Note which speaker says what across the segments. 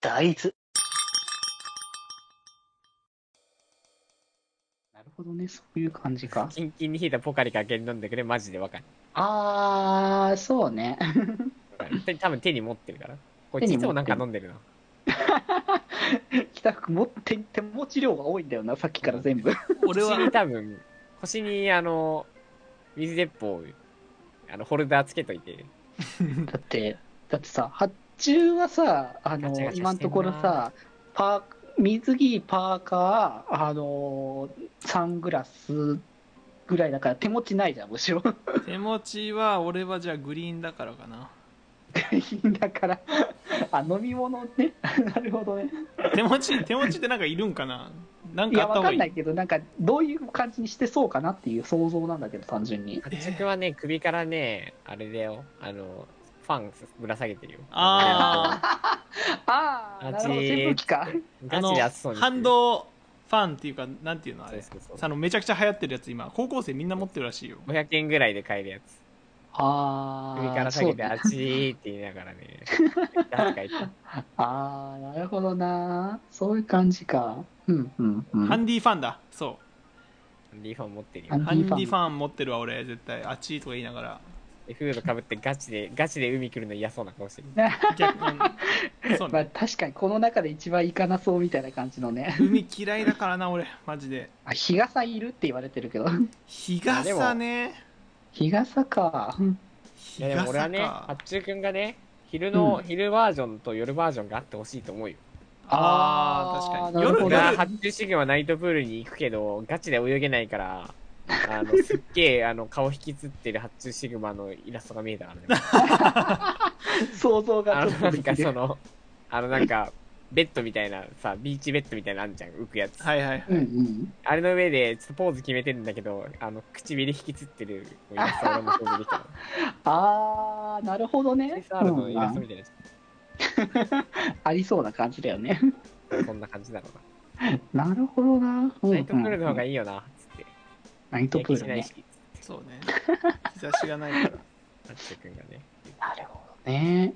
Speaker 1: 大豆。なるほどね、そういう感じか。
Speaker 2: キンキンに冷えたポカリから飲んでくれ、マジでわかる。
Speaker 1: あー、そうね。
Speaker 2: わかる多分手に持ってるから。こ
Speaker 1: 手
Speaker 2: れ、
Speaker 1: に持ってる
Speaker 2: いつもなんか飲んでるな。
Speaker 1: 北福持っていって持ち量が多いんだよな、さっきから全部。
Speaker 3: 俺は
Speaker 2: 腰に多分、腰にあの、水鉄砲を、あの、ホルダーつけといて。
Speaker 1: だって、だってさ、発注はさ、あの
Speaker 2: ガチャガチャしてんな
Speaker 1: 今のところさ、パー水着、パーカー、あのサングラスぐらいだから手持ちないじゃん、むしろ。
Speaker 3: 手持ちは俺はじゃあグリーンだからかな
Speaker 1: だから、あ、飲み物ね。 なるほどね。
Speaker 3: 手持ち手持ちってなんかいるんかななん
Speaker 1: い
Speaker 3: か
Speaker 1: や、
Speaker 3: あった方
Speaker 1: わ
Speaker 3: が
Speaker 1: か
Speaker 3: い
Speaker 1: ん
Speaker 3: い
Speaker 1: ないけど、なんか、どういう感じにしてそうかなっていう想像なんだけど、単純に。
Speaker 2: 発着はね、首からね、あれだよ、あの、ファンぶら下げてるよ。
Speaker 3: あ
Speaker 1: ああ、なるほど、扇風機か。
Speaker 2: ガ
Speaker 3: あ
Speaker 2: チ
Speaker 3: の
Speaker 2: で暑そうにしてる。
Speaker 3: ハンドファンっていうかなんていうのあ
Speaker 2: そう
Speaker 3: れ
Speaker 2: そうそう
Speaker 3: あのめちゃくちゃ流行ってるやつ今高校生みんな持ってるらしいよ
Speaker 2: 500円ぐらいで買えるやつ。
Speaker 1: あ
Speaker 2: 首か
Speaker 1: あ、
Speaker 2: ら下
Speaker 1: そ
Speaker 2: げ
Speaker 1: う
Speaker 2: て、
Speaker 1: だ
Speaker 2: あちーって言いながらね。なんか言って
Speaker 1: あー、なるほどな。そういう感じか。うん、うん、うん。
Speaker 3: ハンディファンだそ
Speaker 2: リーファン持ってるよ
Speaker 1: あ。
Speaker 3: う
Speaker 1: の
Speaker 3: ハンディファン持ってるわ俺絶対あっちとか言いながら
Speaker 2: でフードかぶってガチで、ガチで海来るの嫌そうな顔してる。
Speaker 3: 逆に そう
Speaker 1: ま
Speaker 3: ね
Speaker 1: あ、確かにこの中で一番いかなそうみたいな感じのね。
Speaker 3: 海嫌いだからな俺マジで
Speaker 1: あ、日傘いるって言われてるけど。
Speaker 3: 日傘ね
Speaker 1: 日傘か。
Speaker 2: い
Speaker 3: 日
Speaker 2: やでも俺は
Speaker 3: 傘
Speaker 2: ね、
Speaker 3: か
Speaker 2: 八中くんがね、昼の、
Speaker 1: うん
Speaker 2: 昼バージョンと夜バージョンがあってほしいと思うよ。
Speaker 3: あー確かに
Speaker 1: なるほ
Speaker 3: そ
Speaker 1: ど
Speaker 3: う
Speaker 2: 俺は
Speaker 3: 夜
Speaker 2: 発注主義はナイトプールに行くけど、ガチで泳げないから、あ の、すっげえ、あの、顔引きつってる発注シグマのイラストが見えたからね。
Speaker 1: 想像がちょっ
Speaker 2: あの、
Speaker 1: と
Speaker 2: な
Speaker 1: で
Speaker 2: ん
Speaker 1: き
Speaker 2: かそ
Speaker 1: る。
Speaker 2: の、あのなんか、ベッドみたいなさ、ビーチベッドみたいなのあんじゃん、浮くやつ。
Speaker 3: はいはい
Speaker 1: うんうん。
Speaker 2: あれの上で、ちょっとポーズ決めてんだけど、あの、唇引きつってるイラストが俺も想像でき たの。
Speaker 1: あー、なるほどね。
Speaker 2: SR のイラストみたいなや
Speaker 1: ありそうな感じだよね。
Speaker 2: つ、そんな感じだろう
Speaker 1: なるほどな。
Speaker 2: な。ナイトプールの方が
Speaker 1: いい。
Speaker 2: いいよな、つって。
Speaker 1: ナイトプール
Speaker 2: ない
Speaker 1: ね。
Speaker 2: し、
Speaker 3: そうね日差しがないから
Speaker 2: 達也くんがね。
Speaker 1: なるほどね。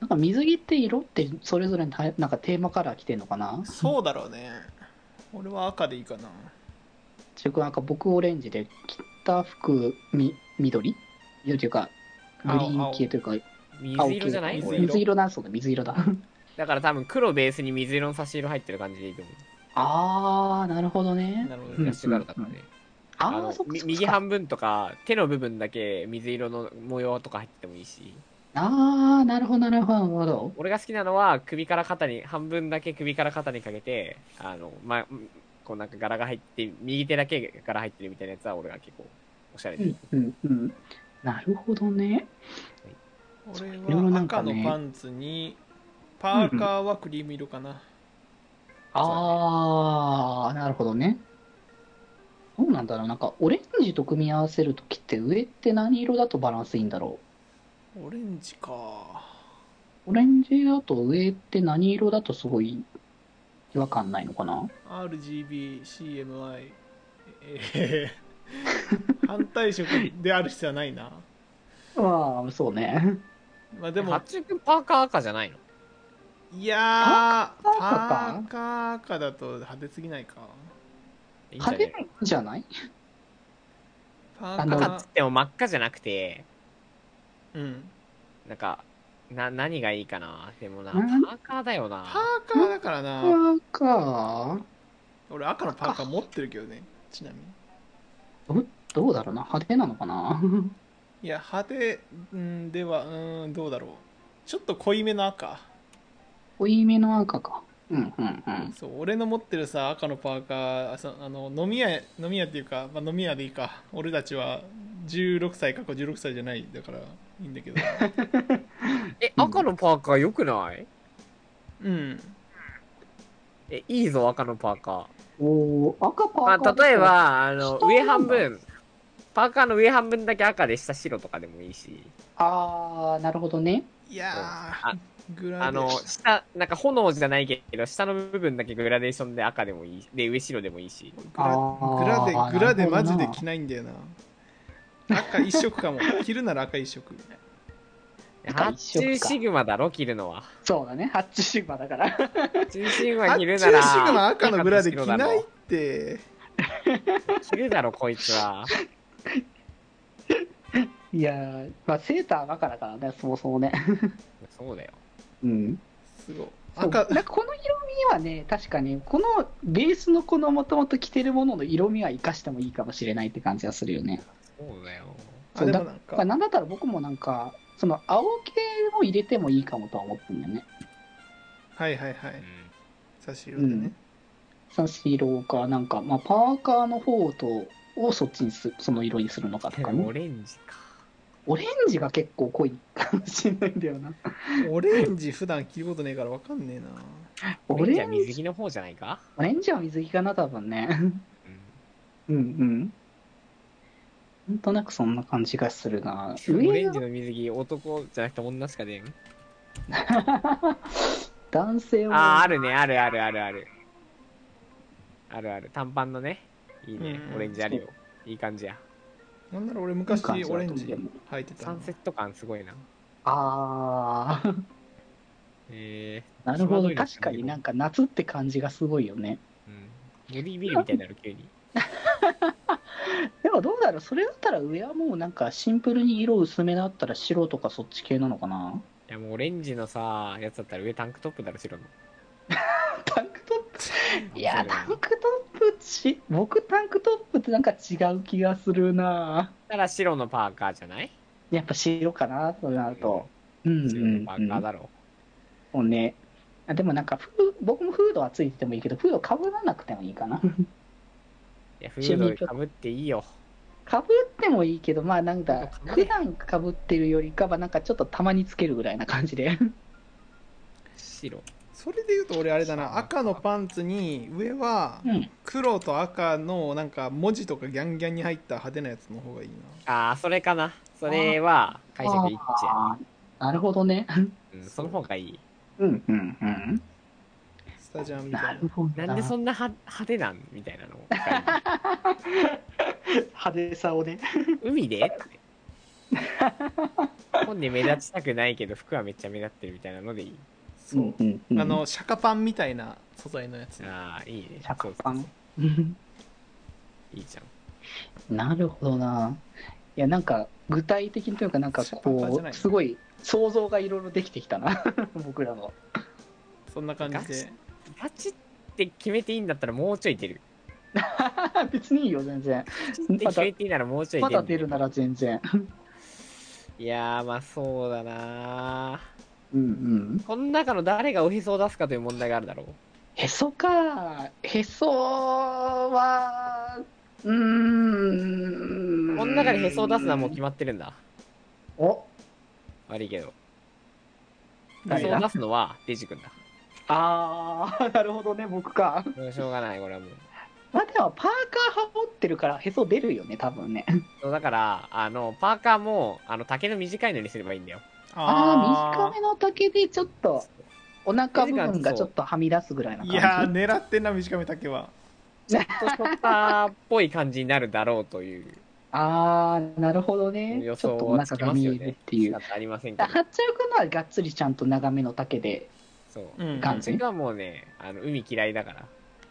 Speaker 1: なんか水着って色ってそれぞれにたなんかテーマカラー着てんのかな
Speaker 3: そうだろうね俺は赤でいいかな
Speaker 1: ちょなんか僕オレンジで着た服み緑緑というかグリーン系というか
Speaker 2: 水色じゃない
Speaker 1: 青系
Speaker 3: 俺
Speaker 1: 水色だそうだ水色だ
Speaker 2: だから多分黒ベースに水色の差し色入ってる感じでいいと思
Speaker 1: ああなるほどね
Speaker 3: なるほど
Speaker 2: う。
Speaker 1: ん
Speaker 2: ラ
Speaker 3: ね
Speaker 2: ッシュガールだからね。あ
Speaker 1: あ
Speaker 2: の
Speaker 1: あそっか
Speaker 2: み
Speaker 1: そっ
Speaker 2: 右
Speaker 1: か
Speaker 2: 半分とか手の部分だけ水色の模様とか入っててもいいし。
Speaker 1: ああなるほどなるほどなるほど
Speaker 2: 俺が好きなのは首から肩に、半分だけ首から肩にかけて、あの、ま、こうなんか柄が入って、右手だけ柄入ってるみたいなやつは俺が結構おしゃれ
Speaker 1: う
Speaker 2: で。
Speaker 1: んうんうんなるほどね
Speaker 3: 俺
Speaker 1: れも
Speaker 3: は
Speaker 1: なんか
Speaker 3: 赤の
Speaker 1: ね
Speaker 3: パンツにパーカーはクリーム色かな
Speaker 1: ああなるほどねそうなんだろうなんかオレンジと組み合わせるときって上って何色だとバランスいいんだろ
Speaker 3: オレンジか
Speaker 1: うオレンジだと上って何色だとすごい違和感ないのかな
Speaker 3: RGBCMI えー反対色である必要はないな
Speaker 1: ああそうね
Speaker 3: まあで
Speaker 2: でも、
Speaker 3: も
Speaker 2: 八中くんパーカー赤じゃないの
Speaker 3: いやー
Speaker 1: パーカーか
Speaker 3: パーカー赤だと派手すぎないか
Speaker 2: いいんじ ゃ
Speaker 1: 派
Speaker 2: な
Speaker 1: 手
Speaker 2: い
Speaker 1: ないじゃない
Speaker 3: パーカ
Speaker 1: あの
Speaker 2: 赤っ
Speaker 3: ー
Speaker 2: つっても真っ赤じゃなくて、
Speaker 3: うん
Speaker 2: なんか、な、何がいいかなでもな、パ
Speaker 1: うん
Speaker 2: ーカーだよな
Speaker 3: パ。ーカーだから
Speaker 1: パ
Speaker 3: な
Speaker 1: ーカー
Speaker 3: 俺赤のパーカー持ってるけどねちなみに
Speaker 1: どうだろうな派手なのかな
Speaker 3: いや派手うんではうんどうだろうちょっと濃いめの赤
Speaker 1: 濃いめの赤かうんうんうん
Speaker 3: そう俺の持ってるさ赤のパーカーあそあの飲み屋飲み屋っていうか、まあ、飲み屋でいいか俺たちは16歳かこ16歳じゃないだからいいんだけ ど
Speaker 2: え、
Speaker 1: うん
Speaker 2: 赤のパーカー良くない
Speaker 3: うん
Speaker 2: え、いいぞ、赤のパーカ
Speaker 1: おー赤パーカ
Speaker 2: ー。
Speaker 1: ー
Speaker 2: まあ、例えば、あの、
Speaker 1: 下
Speaker 2: 上
Speaker 1: なん
Speaker 2: 半
Speaker 1: だ
Speaker 2: 分、パーカーの上半分だけ赤で下白とかでもいいし、
Speaker 1: ああなるほどね
Speaker 3: いや
Speaker 2: あ
Speaker 3: ーグラデ
Speaker 2: あの、下、なんか炎じゃないけど、下の部分だけグラデーションで赤でもいい、で、上白でもいいし。
Speaker 3: グラ
Speaker 1: あー
Speaker 3: グラでグラで
Speaker 1: な
Speaker 3: マ
Speaker 1: るほど
Speaker 3: ジ
Speaker 1: な
Speaker 3: で 着ないんだよな赤一色かも着るなら赤一色
Speaker 2: 発注シグマだろ、着るのは。
Speaker 1: そうだね。ハッチシグマだから。
Speaker 2: 発注シグマ
Speaker 3: 発
Speaker 2: 着
Speaker 3: 注
Speaker 2: る
Speaker 3: シ
Speaker 2: な
Speaker 3: グ
Speaker 2: ら。
Speaker 3: マ赤の裏で着ないっ
Speaker 2: ろ。
Speaker 3: て
Speaker 2: 着るだろ、こいつは。
Speaker 1: いやー、まあ、セーター赤だからね、そもそもね。
Speaker 2: そうだよ。
Speaker 1: うん。
Speaker 3: すごい
Speaker 1: そうなん
Speaker 3: 赤
Speaker 1: かこの色味はね、確かに、このベースのこのもともと着てるものの色味は生かしてもいいかもしれないって感じがするよね。
Speaker 2: そうだよ。
Speaker 1: そ
Speaker 3: あ
Speaker 1: う
Speaker 3: で
Speaker 1: だ
Speaker 3: もなん
Speaker 1: まあ、
Speaker 3: か
Speaker 1: なんだったら僕もなんか、その青系も入れてもいいかもとは思ってんだよね。
Speaker 3: はいはいは
Speaker 2: う
Speaker 3: い
Speaker 2: ん
Speaker 3: 差し色でね
Speaker 1: サシローか、なんか、まあ、パーカーの方と、をそっちにす、その色にするのかとかね
Speaker 2: オ。レンジか。
Speaker 1: オレンジが結構濃いかもしれないんだよな。
Speaker 3: オレンジ普段着ることねえからわかんねえな
Speaker 1: オ
Speaker 2: オレンジ
Speaker 1: レ
Speaker 2: は
Speaker 1: ン
Speaker 2: 水
Speaker 1: ジ、
Speaker 2: 着の方じゃないか
Speaker 1: オレンジは水着かな、多分ね。
Speaker 2: うん
Speaker 1: うんうん。なんとなくそんな感じがするな。
Speaker 2: オレ
Speaker 1: 上
Speaker 2: ンジ
Speaker 1: が
Speaker 2: の水着、男じゃなくて女しか出ん。
Speaker 1: 男性
Speaker 2: ああ、
Speaker 1: は
Speaker 2: あるね、あるあるあるある。あるある。短パンのね。いいね
Speaker 3: う。ん
Speaker 2: オレンジあるよ。いい感じや。
Speaker 3: なんなら俺昔
Speaker 1: なんか
Speaker 3: オレンジ履いてた
Speaker 2: サ
Speaker 3: な
Speaker 2: ンセット感すごいな。
Speaker 1: あー
Speaker 2: え
Speaker 1: なるほ
Speaker 2: ちょうど
Speaker 1: ど
Speaker 2: いいです
Speaker 1: 確
Speaker 2: ね
Speaker 1: かになんか夏って感じがすごいよね
Speaker 2: ー、うん。ボディービルみたいになる、急に。
Speaker 1: でもどうだろうそれだったら上はもうなんかシンプルに色薄めだったら白とかそっち系なのかない
Speaker 2: や、もうオレンジのさ、やつだったら上タンクトップだろ、白の。
Speaker 1: タンクトップいや
Speaker 2: 面白
Speaker 1: タ
Speaker 2: い
Speaker 1: ンクトップち僕タンクトップってなんか違う気がするな
Speaker 2: たら白のパーカーじゃない
Speaker 1: やっぱ白かなそうなるとうんうん
Speaker 2: 白のパ
Speaker 1: う
Speaker 2: ー
Speaker 1: ん
Speaker 2: カーだろ。
Speaker 1: もうねあでもなんかフー僕もフードはついててもいいけどフードかぶらなくてもいいか な
Speaker 2: いや、フードかぶっていいよ。
Speaker 1: かぶってもいいけどまあなんだ
Speaker 2: フード被
Speaker 1: 普
Speaker 2: れ
Speaker 1: 段かぶってるよりかはなんかちょっとたまにつけるぐらいな感じで
Speaker 2: 白。
Speaker 3: それで言うと俺あれだな赤のパンツに上は
Speaker 1: うん
Speaker 3: 黒と赤のなんか文字とかギャンギャンに入った派手なやつの方がいいな
Speaker 2: ああ、それかな。それは解釈一致や。
Speaker 1: あーなるほどね
Speaker 2: うん、その方がいい。
Speaker 1: うんうんうん
Speaker 3: スタジャンみた
Speaker 1: ない
Speaker 3: な
Speaker 1: るほど
Speaker 2: なんでそ
Speaker 1: ん
Speaker 2: んなは派手なんみたいなの。
Speaker 1: 派手さをね
Speaker 2: 海でって。本で目立ちたくないけど服はめっちゃ目立ってるみたいなのでいい。
Speaker 3: そう、
Speaker 1: んう
Speaker 3: あの釈迦パンみたいな素材のやつ
Speaker 2: ああ、いいね。
Speaker 1: 着パ
Speaker 2: そうそう
Speaker 1: ン
Speaker 2: そういいじゃん。
Speaker 1: なるほどないやなんか具体的にというかなんか
Speaker 3: スーパーじ
Speaker 1: こ
Speaker 3: ゃないうね
Speaker 1: すごい想像がいろいろできてきたな 僕らの
Speaker 3: そんな感じで
Speaker 2: パチって決めていいんだったらもうちょい出る。
Speaker 1: 別にいいよ全然
Speaker 2: パチって決めていいならもうちょい出
Speaker 1: ま
Speaker 2: るんだよ。
Speaker 1: だ出るなら全然
Speaker 2: いやー、まあそうだな
Speaker 1: うんうん
Speaker 2: ー。この中の誰がおへそを出すかという問題があるだろう。
Speaker 1: へそかへそはうーん
Speaker 2: この中でへそを出すのはもう決まってるんだ。
Speaker 1: お
Speaker 2: 悪いけど。へ
Speaker 1: 誰
Speaker 2: そを
Speaker 1: だ
Speaker 2: 出すのはデジ君だ。
Speaker 1: ああなるほどね僕か
Speaker 2: もうしょうがない、これはもう。
Speaker 1: まあでもパーカー羽織ってるからへそ出るよね多分ね
Speaker 2: そうだから、あの、パーカーも、あの、丈の短いのにすればいいんだよ。
Speaker 1: ああー短
Speaker 3: ー
Speaker 1: めの丈でちょっとお腹部分がちょっとはみ出すぐらいない
Speaker 3: や
Speaker 1: 感
Speaker 3: ー狙ってんな短め丈は
Speaker 2: ちょっとショッターっぽい感じになるだろうという
Speaker 1: じああなるほどね
Speaker 2: 予
Speaker 1: ちょ
Speaker 2: 想
Speaker 1: っとお
Speaker 2: はつ
Speaker 1: 腹
Speaker 2: き
Speaker 1: が
Speaker 2: ます
Speaker 1: 見
Speaker 2: よ
Speaker 1: えるっ
Speaker 2: ね。
Speaker 1: ていう
Speaker 2: 仕方ありませんけ
Speaker 1: だ
Speaker 2: ど
Speaker 1: か。らはっちゃうくのはがっつりちゃんと長めの丈で
Speaker 2: そう。
Speaker 3: うん
Speaker 1: 感
Speaker 2: それ
Speaker 1: じ
Speaker 2: はもうね、あの、海嫌いだか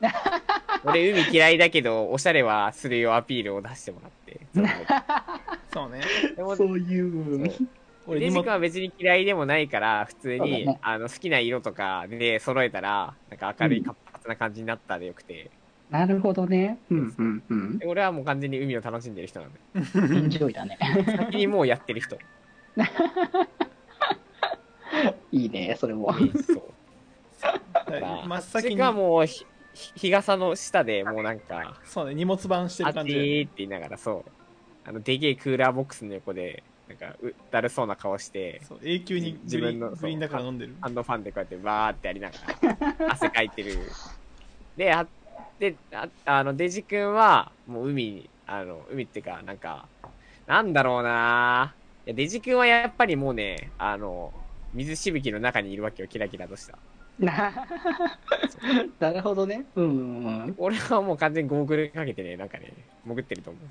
Speaker 2: ら。 俺、海嫌いだけど、おしゃれはするよアピールを出してもらって。
Speaker 3: そうね
Speaker 2: で も、
Speaker 1: そういう
Speaker 2: そう
Speaker 3: 俺
Speaker 2: デジ
Speaker 3: 荷
Speaker 2: 君
Speaker 3: 物
Speaker 2: は別に嫌いでもないから、普通
Speaker 1: そうだ
Speaker 2: に、
Speaker 1: ね
Speaker 2: あの、好きな色とかで揃えたら、なんか明るい活発な感じになったでよくて、
Speaker 1: なるほどねうんうんうん
Speaker 2: で俺はもう完全に海を楽しんでる人なんで。
Speaker 1: エ ンジョイだね
Speaker 2: 先にもうやってる人。
Speaker 1: いいね、それ も。
Speaker 2: そう。
Speaker 3: はい真っ
Speaker 2: そ
Speaker 3: 先
Speaker 2: れ
Speaker 3: に
Speaker 2: かもうひ、ひ日傘の下でもうなんか、
Speaker 3: そうね荷物版して
Speaker 2: あ
Speaker 3: る
Speaker 2: っち
Speaker 3: 感じ
Speaker 2: ーって言いながら、そう。あの、でけえクーラーボックスの横で、なんか、うだるそうな顔して、
Speaker 3: そう永久に
Speaker 2: 自
Speaker 3: グリ
Speaker 2: 分
Speaker 3: ー
Speaker 2: の
Speaker 3: ン
Speaker 2: そう
Speaker 3: グリーンだから飲んでる
Speaker 2: ハンドファンでこうやってバーってやりながら、汗かいてる。で、あ、で、ああの、デジ君は、もう海に、あの、海っていうか、なんか、なんだろうないや、デジ君はやっぱりもうね、あの、水しぶきの中にいるわけよ、キラキラとした。
Speaker 1: ななるほどね。うんうんうん。
Speaker 2: 俺はもう完全にゴーグルかけてね、なんかね、潜ってると思う。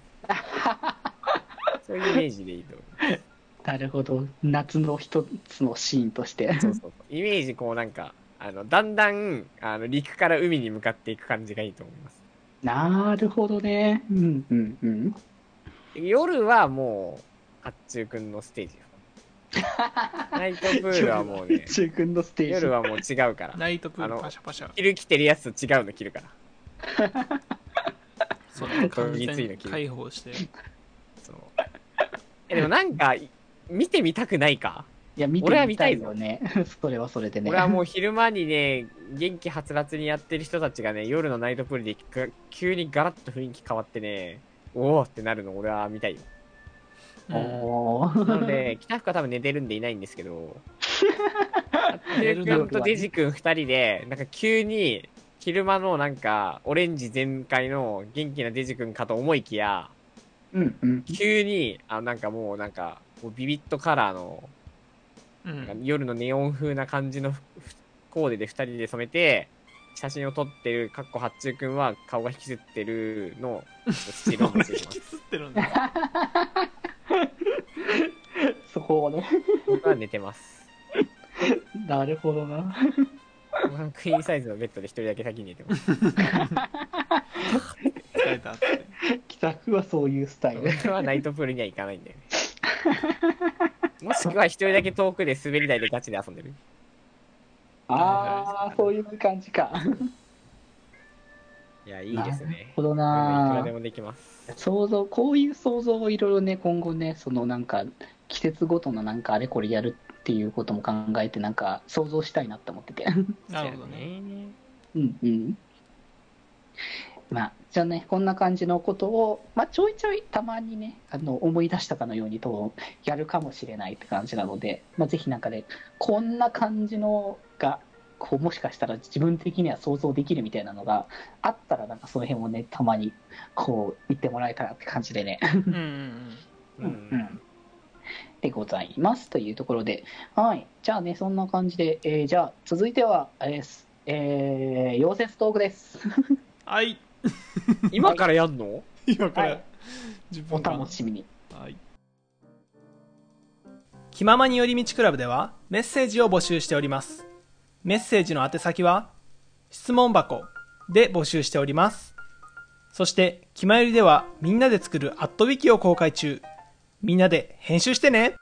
Speaker 2: そういうイメージでいいと思う。
Speaker 1: なるほど。夏の一つのシーンとして。
Speaker 2: そうそうそうイメージこうなんかあのだんだんあの陸から海に向かっていく感じがいいと思います
Speaker 1: なるほどね。うんうんうん。
Speaker 2: 夜はもう八中くんのステージよナイトプールはもうね
Speaker 1: 中君のステージ。
Speaker 2: 夜はもう違うから
Speaker 3: ナイトプー
Speaker 2: あ
Speaker 3: ル
Speaker 2: の
Speaker 3: パシャパシャ
Speaker 2: 着る着てるやつと違うの着るから
Speaker 3: そう
Speaker 2: こ
Speaker 3: 完
Speaker 2: ぎつい
Speaker 3: 全
Speaker 2: の
Speaker 3: に
Speaker 2: 着る
Speaker 3: 解 放して
Speaker 2: そうえでもなんかい見てみたくないか
Speaker 1: いや、見
Speaker 2: 俺
Speaker 1: て
Speaker 2: は
Speaker 1: み
Speaker 2: 見
Speaker 1: た
Speaker 2: た
Speaker 1: い
Speaker 2: い
Speaker 1: よ
Speaker 2: ぞ
Speaker 1: ね。 それはそれでね。
Speaker 2: 俺はもう昼間にね、元気はつらつにやってる人たちがね、夜のナイトプールでか急にガラッと雰囲気変わってね、おおってなるの俺は見たいよ。
Speaker 3: うん
Speaker 1: お
Speaker 2: な
Speaker 1: ー
Speaker 2: の で、北福は多分寝てるんでいないんですけど、てるくんとデジ君二人で、なんか急に昼間のなんかオレンジ全開の元気なデジ君かと思いきや、
Speaker 1: うんうん。
Speaker 2: 急に、あ、なんかもうなんか、こうビビットカラーの
Speaker 3: う
Speaker 2: なんか
Speaker 3: ん
Speaker 2: 夜のネオン風な感じのふふコーデで2人で染めて写真を撮ってるかっこ八中くんは顔が引きずってるのをスチールを持
Speaker 3: 俺
Speaker 2: って
Speaker 3: 引
Speaker 2: きます
Speaker 3: きずってるんだ
Speaker 1: そこをね。
Speaker 2: 僕は寝てます
Speaker 1: なるほどな。
Speaker 2: 僕はクイーンサイズのベッドで1人だけ先に寝てます
Speaker 3: 疲れ たって
Speaker 1: 帰宅はそういうスタイル。
Speaker 2: 僕はナイトプールには行かないんだよねもしくは1人だけ遠くで滑り台でガチで遊んでる
Speaker 1: ああ、そういう感じか。なる
Speaker 2: いやいいですね
Speaker 1: ほど
Speaker 2: いくら
Speaker 1: な
Speaker 2: で。もできます
Speaker 1: 想像、こういう想像をいろいろね、今後ね、そのなんか、季節ごとのなんかあれこれやるっていうことも考えて、なんか想像したいなって思ってて。
Speaker 3: なるほど
Speaker 2: そう
Speaker 3: ね
Speaker 2: やね
Speaker 1: うんうん。まあ、じゃあね、こんな感じのことを、まあ、ちょいちょいたまにね、あの、思い出したかのようにと、やるかもしれないって感じなので、まあ、ぜひなんかね、こんな感じのが、こう、もしかしたら自分的には想像できるみたいなのがあったら、なんかその辺もね、たまに、こう、言ってもらえたらって感じでね。
Speaker 3: うんうん
Speaker 2: う
Speaker 1: うんんでございますというところで、はい、じゃあね、そんな感じで、えーじゃあ続いては、あれです、えー、溶接トークです。
Speaker 3: はい
Speaker 2: 今からやんの
Speaker 3: 今か
Speaker 1: は
Speaker 3: ら
Speaker 1: い
Speaker 3: 10
Speaker 1: お
Speaker 3: 分間
Speaker 1: 楽しみに。
Speaker 3: はい。気ままに寄り道クラブではメッセージを募集しております。メッセージの宛先は、質問箱で募集しております。そして、気まよりではみんなで作るアットウィキを公開中。みんなで編集してね